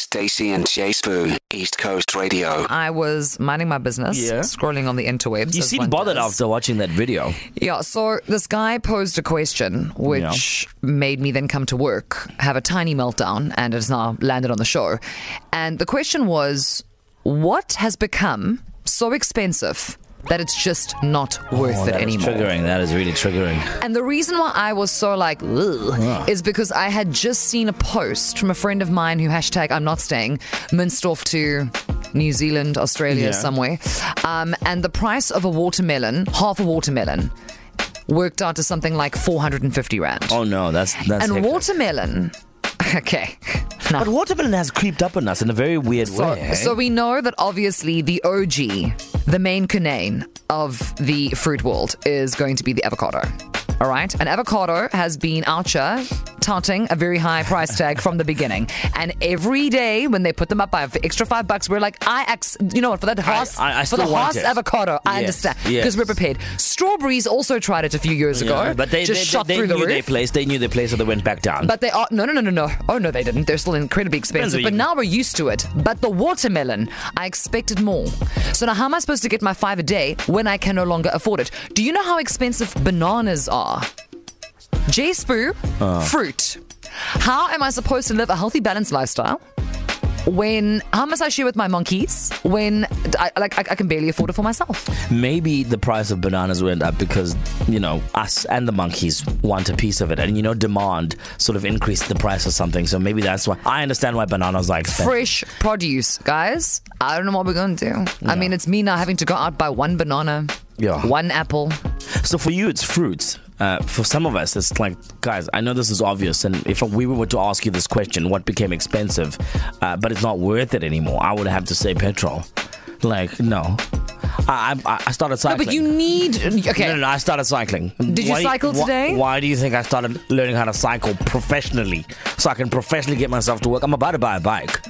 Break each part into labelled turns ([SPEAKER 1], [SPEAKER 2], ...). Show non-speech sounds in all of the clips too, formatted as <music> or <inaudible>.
[SPEAKER 1] Stacy and Jay Spoon, East Coast Radio.
[SPEAKER 2] I was minding my business,
[SPEAKER 3] Yeah.
[SPEAKER 2] scrolling on the interwebs.
[SPEAKER 3] You
[SPEAKER 2] as
[SPEAKER 3] seem
[SPEAKER 2] one
[SPEAKER 3] bothered
[SPEAKER 2] does.
[SPEAKER 3] after watching that video.
[SPEAKER 2] Yeah, so this guy posed a question which made me then come to work, have a tiny meltdown, and it's now landed on the show. And the question was what has become so expensive that it's just not worth it
[SPEAKER 3] Oh, That is
[SPEAKER 2] anymore?
[SPEAKER 3] triggering. That is really triggering.
[SPEAKER 2] And the reason why I was so like, Ugh, is because I had just seen a post from a friend of mine who hashtag I'm not staying, minced off to New Zealand, Australia,
[SPEAKER 3] Yeah.
[SPEAKER 2] somewhere. Um, and the price of a watermelon, half a watermelon, worked out to something like 450 Rand.
[SPEAKER 3] Oh no, that's that's.
[SPEAKER 2] and
[SPEAKER 3] hectic.
[SPEAKER 2] watermelon, <laughs> okay. <laughs> Now,
[SPEAKER 3] But watermelon has creeped up on us in a very weird
[SPEAKER 2] so,
[SPEAKER 3] way. eh?
[SPEAKER 2] so we know that obviously the OG, the main canane of the fruit world, is going to be the avocado. All right, an avocado has been out here touting a very high price tag from the beginning, and every day when they put them up by an extra five bucks, we're like, I, ex- you know what, for that Haas,
[SPEAKER 3] I- I
[SPEAKER 2] for the
[SPEAKER 3] still want
[SPEAKER 2] Haas
[SPEAKER 3] it.
[SPEAKER 2] avocado, I
[SPEAKER 3] Yes,
[SPEAKER 2] understand
[SPEAKER 3] yes.
[SPEAKER 2] because we're prepared. Strawberries also tried it a few years
[SPEAKER 3] Yeah,
[SPEAKER 2] ago,
[SPEAKER 3] but they
[SPEAKER 2] just
[SPEAKER 3] they,
[SPEAKER 2] shot
[SPEAKER 3] they, they
[SPEAKER 2] through
[SPEAKER 3] knew
[SPEAKER 2] the
[SPEAKER 3] their
[SPEAKER 2] roof.
[SPEAKER 3] place. They knew their place, so they went back down.
[SPEAKER 2] But they are no no no no no. Oh no, they didn't. They're still incredibly expensive.
[SPEAKER 3] where
[SPEAKER 2] But
[SPEAKER 3] you-
[SPEAKER 2] now we're used to it. But the watermelon, I expected more. So now how am I supposed to get my five a day when I can no longer afford it? Do you know how expensive bananas are? J Spoo,
[SPEAKER 3] Ah.
[SPEAKER 2] fruit. How am I supposed to live a healthy, balanced lifestyle? When how must I share with my monkeys? When I, like I, I can barely afford it for myself.
[SPEAKER 3] maybe the price of bananas went up because you know us and the monkeys want a piece of it, and you know demand sort of increased the price of something. So maybe that's why I understand why bananas like expensive.
[SPEAKER 2] Fresh produce, guys. I don't know what we're gonna do. I mean, it's me now having to go out buy one banana,
[SPEAKER 3] Yeah.
[SPEAKER 2] one apple,
[SPEAKER 3] So for you, it's fruits. Uh, for some of us, it's like, guys, I know this is obvious, and if we were to ask you this question, what became expensive, uh, but it's not worth it anymore, I would have to say petrol. Like, no. I, I, I started
[SPEAKER 2] No,
[SPEAKER 3] cycling.
[SPEAKER 2] but you need. Okay.
[SPEAKER 3] No, no, no, I started cycling.
[SPEAKER 2] Did you
[SPEAKER 3] Why do
[SPEAKER 2] cycle
[SPEAKER 3] why-
[SPEAKER 2] today?
[SPEAKER 3] Why, do you think I started learning how to cycle professionally? So I can professionally get myself to work. I'm about to buy a bike.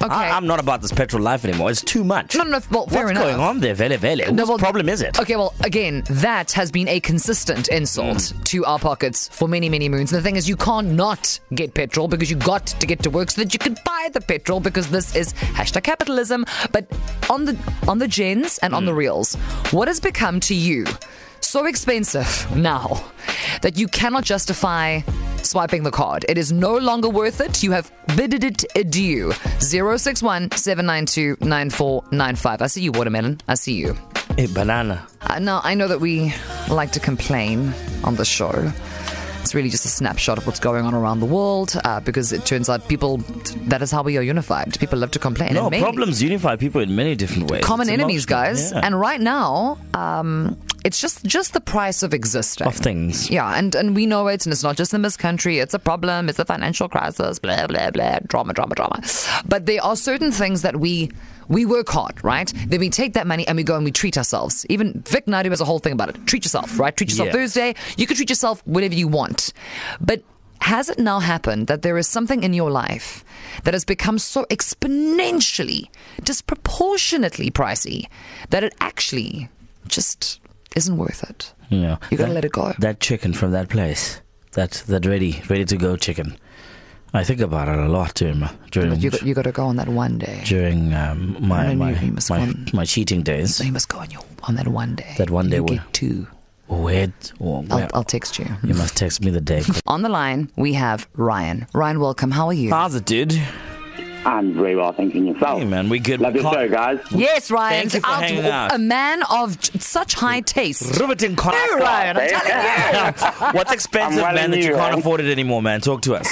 [SPEAKER 2] Okay.
[SPEAKER 3] I, I'm not about this petrol life anymore. It's too much.
[SPEAKER 2] No, no, no, well, fair
[SPEAKER 3] What's
[SPEAKER 2] enough.
[SPEAKER 3] going on there, Vele Vele? Whose
[SPEAKER 2] No, well,
[SPEAKER 3] problem is it?
[SPEAKER 2] Okay, well, again, that has been a consistent insult to our pockets for many, many moons. And the thing is, you can't not get petrol because you got to get to work so that you can buy the petrol because this is hashtag capitalism. But on the on the gens and on the reels, what has become to you so expensive now that you cannot justify swiping the card? It is no longer worth it. You have bidded it adieu. 061 792 9495. I see you, watermelon. I see you.
[SPEAKER 3] Hey, banana.
[SPEAKER 2] Uh, now, I know that we like to complain on the show. It's really just a snapshot of what's going on around the world uh, because it turns out people, that is how we are unified. People love to complain.
[SPEAKER 3] No,
[SPEAKER 2] and mainly-
[SPEAKER 3] Oh, problems unify people in many different ways.
[SPEAKER 2] Common
[SPEAKER 3] It's
[SPEAKER 2] enemies,
[SPEAKER 3] emotional,
[SPEAKER 2] guys.
[SPEAKER 3] yeah.
[SPEAKER 2] And right now, um, it's just, just the price of existing.
[SPEAKER 3] of things.
[SPEAKER 2] Yeah, and, and we know it, and it's not just in this country. It's a problem. It's a financial crisis. Blah blah blah. Drama, drama, drama. But there are certain things that we we work hard, right? Then we take that money and we go and we treat ourselves. Even Vic Nadu has a whole thing about it. Treat yourself, right? Treat yourself
[SPEAKER 3] Yeah.
[SPEAKER 2] Thursday. You can treat yourself whatever you want, but. Has it now happened that there is something in your life that has become so exponentially, disproportionately pricey that it actually just isn't worth it?
[SPEAKER 3] Yeah,
[SPEAKER 2] You gotta
[SPEAKER 3] That-
[SPEAKER 2] let it go.
[SPEAKER 3] That chicken from that place, that that ready ready to go chicken. I think about it a lot during my during
[SPEAKER 2] But you got, you got to go on that one day.
[SPEAKER 3] during um, my
[SPEAKER 2] No, no,
[SPEAKER 3] my
[SPEAKER 2] you must
[SPEAKER 3] my,
[SPEAKER 2] come.
[SPEAKER 3] my cheating days.
[SPEAKER 2] So you must go on your on that one day.
[SPEAKER 3] That one day
[SPEAKER 2] You
[SPEAKER 3] where-
[SPEAKER 2] get two.
[SPEAKER 3] Where, or
[SPEAKER 2] I'll,
[SPEAKER 3] where
[SPEAKER 2] I'll text you.
[SPEAKER 3] you must text me
[SPEAKER 2] <laughs>
[SPEAKER 3] the day.
[SPEAKER 2] On the line we have Ryan. Ryan, welcome. How are you?
[SPEAKER 3] How's it, dude?
[SPEAKER 4] I'm very well, thank you. and Yourself.
[SPEAKER 3] Hey man, we good.
[SPEAKER 4] Love
[SPEAKER 3] we
[SPEAKER 4] your show,
[SPEAKER 3] can't-
[SPEAKER 4] guys.
[SPEAKER 2] yes, Ryan.
[SPEAKER 3] Thank you for hanging out.
[SPEAKER 2] A man of j- such high taste.
[SPEAKER 3] Riveting con-
[SPEAKER 2] Hey, Ryan, I'm
[SPEAKER 4] Thank
[SPEAKER 2] telling you.
[SPEAKER 4] <laughs>
[SPEAKER 3] What's expensive,
[SPEAKER 4] I'm
[SPEAKER 3] man, that you
[SPEAKER 4] running you,
[SPEAKER 3] can't
[SPEAKER 4] eh?
[SPEAKER 3] afford it anymore, man? Talk to us.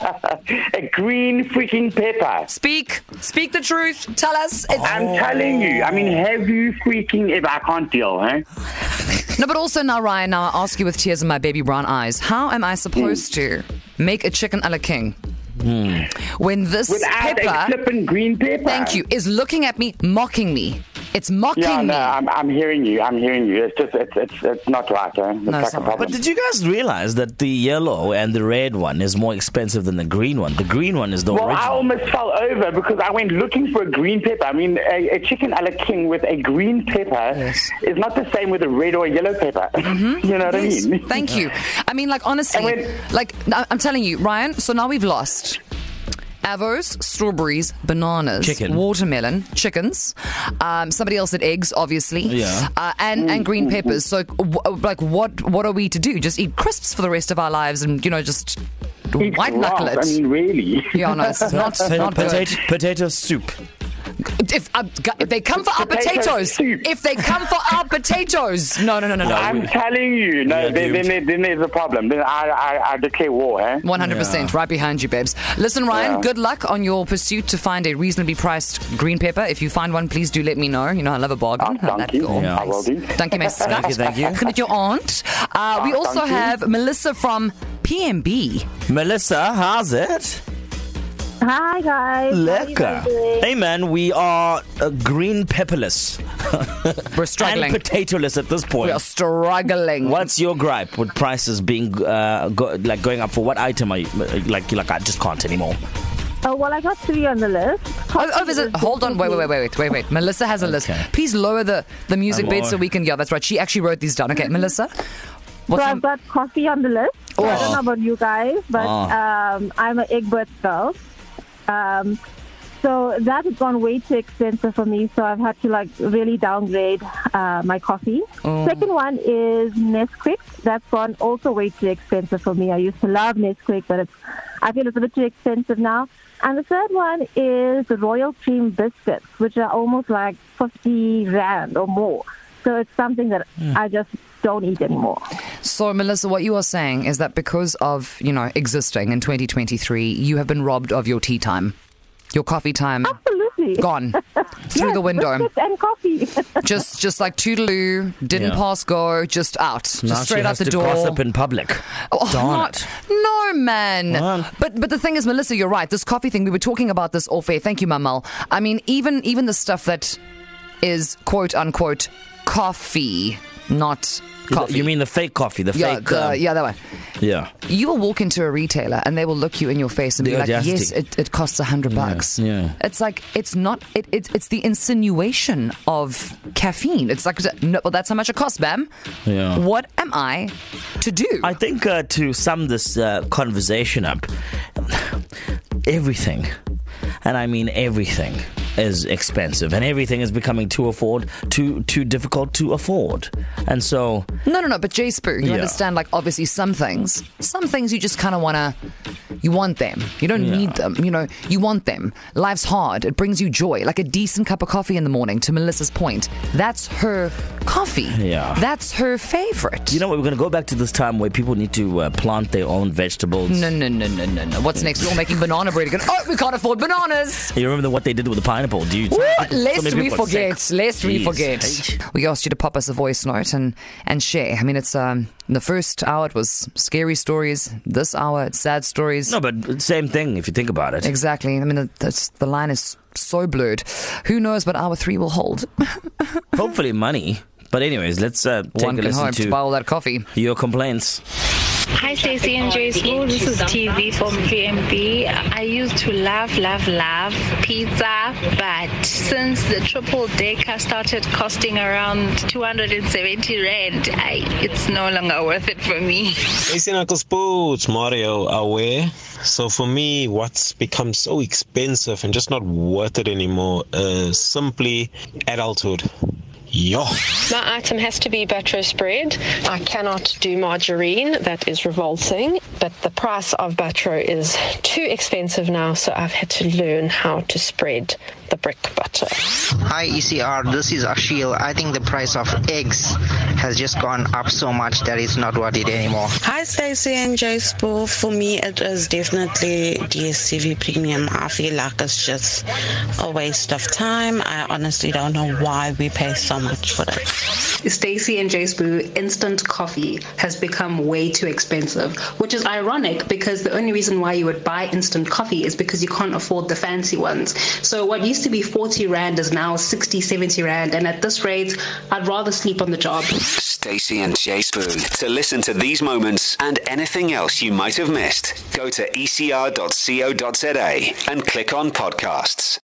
[SPEAKER 4] A green freaking pepper.
[SPEAKER 2] Speak, speak the truth. Tell us.
[SPEAKER 3] Oh.
[SPEAKER 2] It's,
[SPEAKER 4] I'm telling you. I mean, have you freaking if I can't deal, huh?
[SPEAKER 2] No, but also now, Ryan. Now I ask you with tears in my baby brown eyes. How am I supposed to make a chicken a la king
[SPEAKER 3] Hmm.
[SPEAKER 2] when this
[SPEAKER 4] Without
[SPEAKER 2] pepper?
[SPEAKER 4] a flipping green pepper.
[SPEAKER 2] Thank you. Is looking at me, mocking me. It's mocking
[SPEAKER 4] Yeah,
[SPEAKER 2] me.
[SPEAKER 4] no, I'm, I'm hearing you. I'm hearing you. It's just, it's, it's, it's not right, huh? It's like
[SPEAKER 2] it's
[SPEAKER 4] a
[SPEAKER 2] not right.
[SPEAKER 4] problem.
[SPEAKER 3] But did you guys realize that the yellow and the red one is more expensive than the green one? The green one is the
[SPEAKER 4] well, I
[SPEAKER 3] original.
[SPEAKER 4] almost fell over because I went looking for a green pepper. I mean, a, a chicken a la king with a green pepper
[SPEAKER 2] Yes. Mm-hmm.
[SPEAKER 4] is not the same with a red or a yellow pepper. <laughs> you know what
[SPEAKER 2] Yes,
[SPEAKER 4] I mean?
[SPEAKER 2] Thank you. I mean, like, honestly,
[SPEAKER 4] And when-
[SPEAKER 2] like, I- I'm telling you, Ryan, so now we've lost. avos, strawberries, bananas,
[SPEAKER 3] Chicken.
[SPEAKER 2] watermelon, chickens. Um, somebody else said eggs, obviously.
[SPEAKER 3] Yeah.
[SPEAKER 2] Uh, and and green peppers. So, w- like, what what are we to do? Just eat crisps for the rest of our lives, and you know, just
[SPEAKER 4] Eat
[SPEAKER 2] white
[SPEAKER 4] grass.
[SPEAKER 2] knuckle it. <laughs>
[SPEAKER 4] I mean, really.
[SPEAKER 2] yeah, no, it's not,
[SPEAKER 3] Potato,
[SPEAKER 2] not good.
[SPEAKER 3] potato, potato soup.
[SPEAKER 2] If, uh, gu- if they come for our
[SPEAKER 4] Potato
[SPEAKER 2] potatoes,
[SPEAKER 4] soup.
[SPEAKER 2] if they come for our potatoes, no, no, no, no, no.
[SPEAKER 4] I'm telling you, no,
[SPEAKER 3] Yeah,
[SPEAKER 4] then,
[SPEAKER 3] dude.
[SPEAKER 4] then, there- then there's a problem. Then I, I, I declare war, eh?
[SPEAKER 2] One hundred percent, right behind you, babes. Listen, Ryan.
[SPEAKER 4] Yeah.
[SPEAKER 2] Good luck on your pursuit to find a reasonably priced green pepper. If you find one, please do let me know. You know, I love a bargain.
[SPEAKER 4] Ah,
[SPEAKER 2] I like
[SPEAKER 4] dankie.
[SPEAKER 2] it all.
[SPEAKER 4] Yeah. I will do.
[SPEAKER 2] Dankie, my skat.
[SPEAKER 3] Thank you, thank you. Ah,
[SPEAKER 2] Look at your aunt. Uh, we also
[SPEAKER 4] dankie.
[SPEAKER 2] have Melissa from PMB.
[SPEAKER 3] Melissa, how's it?
[SPEAKER 5] Hi guys. How are
[SPEAKER 3] Lekker.
[SPEAKER 5] you guys doing?
[SPEAKER 3] Hey man, we are uh, green pepperless
[SPEAKER 2] We're
[SPEAKER 3] and
[SPEAKER 2] struggling.
[SPEAKER 3] potatoless at this
[SPEAKER 2] we
[SPEAKER 3] point.
[SPEAKER 2] are struggling.
[SPEAKER 3] What's your gripe with prices being uh, go, like going up for what item are you uh, like you're like I just can't anymore.
[SPEAKER 5] Oh, well, I got three on the list.
[SPEAKER 2] Oh, oh, is it? Hold on, wait, wait, wait, wait, wait, wait. Melissa has a list.
[SPEAKER 3] Okay. Oh,
[SPEAKER 2] Please lower the, the music
[SPEAKER 3] I'm
[SPEAKER 2] bed
[SPEAKER 3] all-
[SPEAKER 2] so we can. Yeah, that's right. She actually wrote these down. Okay, Melissa.
[SPEAKER 5] So
[SPEAKER 2] What's
[SPEAKER 5] I've
[SPEAKER 2] on-
[SPEAKER 5] got coffee on the list. I don't know about you guys, but
[SPEAKER 3] Oh.
[SPEAKER 5] um, I'm an Egbert girl. Um, so that has gone way too expensive for me. So I've had to like really downgrade uh, my coffee. Second one is Nesquik. That's gone also way too expensive for me. I used to love Nesquik, but it's I feel it's a bit too expensive now. And the third one is the Royal Cream biscuits, which are almost like fifty rand or more. So it's something that I just don't eat anymore.
[SPEAKER 2] So, Melissa, what you are saying is that because of, you know, existing in 2023, you have been robbed of your tea time, your coffee time.
[SPEAKER 5] Absolutely.
[SPEAKER 2] Gone through
[SPEAKER 5] Yes,
[SPEAKER 2] the window,
[SPEAKER 5] biscuits and coffee. <laughs>
[SPEAKER 2] just just like toodaloo, didn't
[SPEAKER 3] Yeah.
[SPEAKER 2] pass go, just out, just
[SPEAKER 3] Now
[SPEAKER 2] straight
[SPEAKER 3] she
[SPEAKER 2] out
[SPEAKER 3] has
[SPEAKER 2] the
[SPEAKER 3] to
[SPEAKER 2] door.
[SPEAKER 3] gossip in public.
[SPEAKER 2] Oh,
[SPEAKER 3] Darn
[SPEAKER 2] not-
[SPEAKER 3] it.
[SPEAKER 2] No, man.
[SPEAKER 3] Well.
[SPEAKER 2] But but the thing is, Melissa, you're right. This coffee thing, we were talking about this off air. Thank you, Mamal. I mean, even even the stuff that is quote unquote coffee, not coffee.
[SPEAKER 3] You mean the fake coffee, the
[SPEAKER 2] yeah,
[SPEAKER 3] fake
[SPEAKER 2] the,
[SPEAKER 3] um,
[SPEAKER 2] yeah, that one.
[SPEAKER 3] yeah.
[SPEAKER 2] You will walk into a retailer and they will look you in your face and
[SPEAKER 3] The
[SPEAKER 2] be like,
[SPEAKER 3] audacity.
[SPEAKER 2] "Yes, it, it costs a hundred bucks."
[SPEAKER 3] yeah.
[SPEAKER 2] It's like it's not. It, it's it's the insinuation of caffeine. It's like, no, well, that's how much it costs, ma'am.
[SPEAKER 3] Yeah.
[SPEAKER 2] What am I to do?
[SPEAKER 3] I think uh, to sum this uh, conversation up, everything, and I mean everything, is expensive, and everything is becoming too afford, too too difficult to afford, and so
[SPEAKER 2] No, no, no. But Jay Spook, you
[SPEAKER 3] Yeah.
[SPEAKER 2] understand? Like, obviously, some things, some things you just kind of want to, you want them. You don't
[SPEAKER 3] Yeah.
[SPEAKER 2] need them. You know, you want them. Life's hard. It brings you joy, like a decent cup of coffee in the morning. To Melissa's point, that's her coffee.
[SPEAKER 3] Yeah.
[SPEAKER 2] That's her favorite.
[SPEAKER 3] you know what? We're going to go back to this time where people need to uh, plant their own vegetables.
[SPEAKER 2] No, no, no, no, no, no. What's next? We're all making banana bread again. Oh, we can't afford bananas.
[SPEAKER 3] You remember what they did with the pineapple? Do you?
[SPEAKER 2] Woo,
[SPEAKER 3] so many
[SPEAKER 2] lest we
[SPEAKER 3] people are sick.
[SPEAKER 2] forget. Lest we
[SPEAKER 3] Jeez.
[SPEAKER 2] forget. We asked you to pop us a voice note and and share. I mean, it's um in the first hour it was scary stories. This hour it's sad stories.
[SPEAKER 3] No, but same thing if you think about it.
[SPEAKER 2] Exactly. I mean, that- that's, the line is so blurred. Who knows? But hour three will hold.
[SPEAKER 3] Hopefully, money. But anyways, let's uh, take
[SPEAKER 2] One
[SPEAKER 3] a
[SPEAKER 2] can
[SPEAKER 3] listen
[SPEAKER 2] hope to buy all that coffee.
[SPEAKER 3] to your complaints.
[SPEAKER 6] Hi, Stacey and Jay Small. This is TV from PMB. I used to love, love, love pizza, but since the triple decker started costing around 270 rand, I, it's no longer worth it for me.
[SPEAKER 7] Jason Uncle Sports, Mario aware. So for me, what's become so expensive and just not worth it anymore is simply adulthood. Yo.
[SPEAKER 8] My item has to be buttress bread. I cannot do margarine, that is revolting. But the price of butter is too expensive now, so I've had to learn how to spread the brick butter.
[SPEAKER 9] Hi ECR, this is Ashil. I think the price of eggs has just gone up so much that it's not worth it anymore.
[SPEAKER 10] Hi, Stacey and Jay Spool. For me, it is definitely DSTV Premium. I feel like it's just a waste of time. I honestly don't know why we pay so much for it.
[SPEAKER 11] Stacey and Jace Boo instant coffee has become way too expensive, which is ironic because the only reason why you would buy instant coffee is because you can't afford the fancy ones. So what used to be 40 rand is now 60, 70 rand and at this rate, I'd rather sleep on the job.
[SPEAKER 1] Stacy and Jay Spoon. To listen to these moments and anything else you E might have missed, go to ecr.co.za and click on podcasts.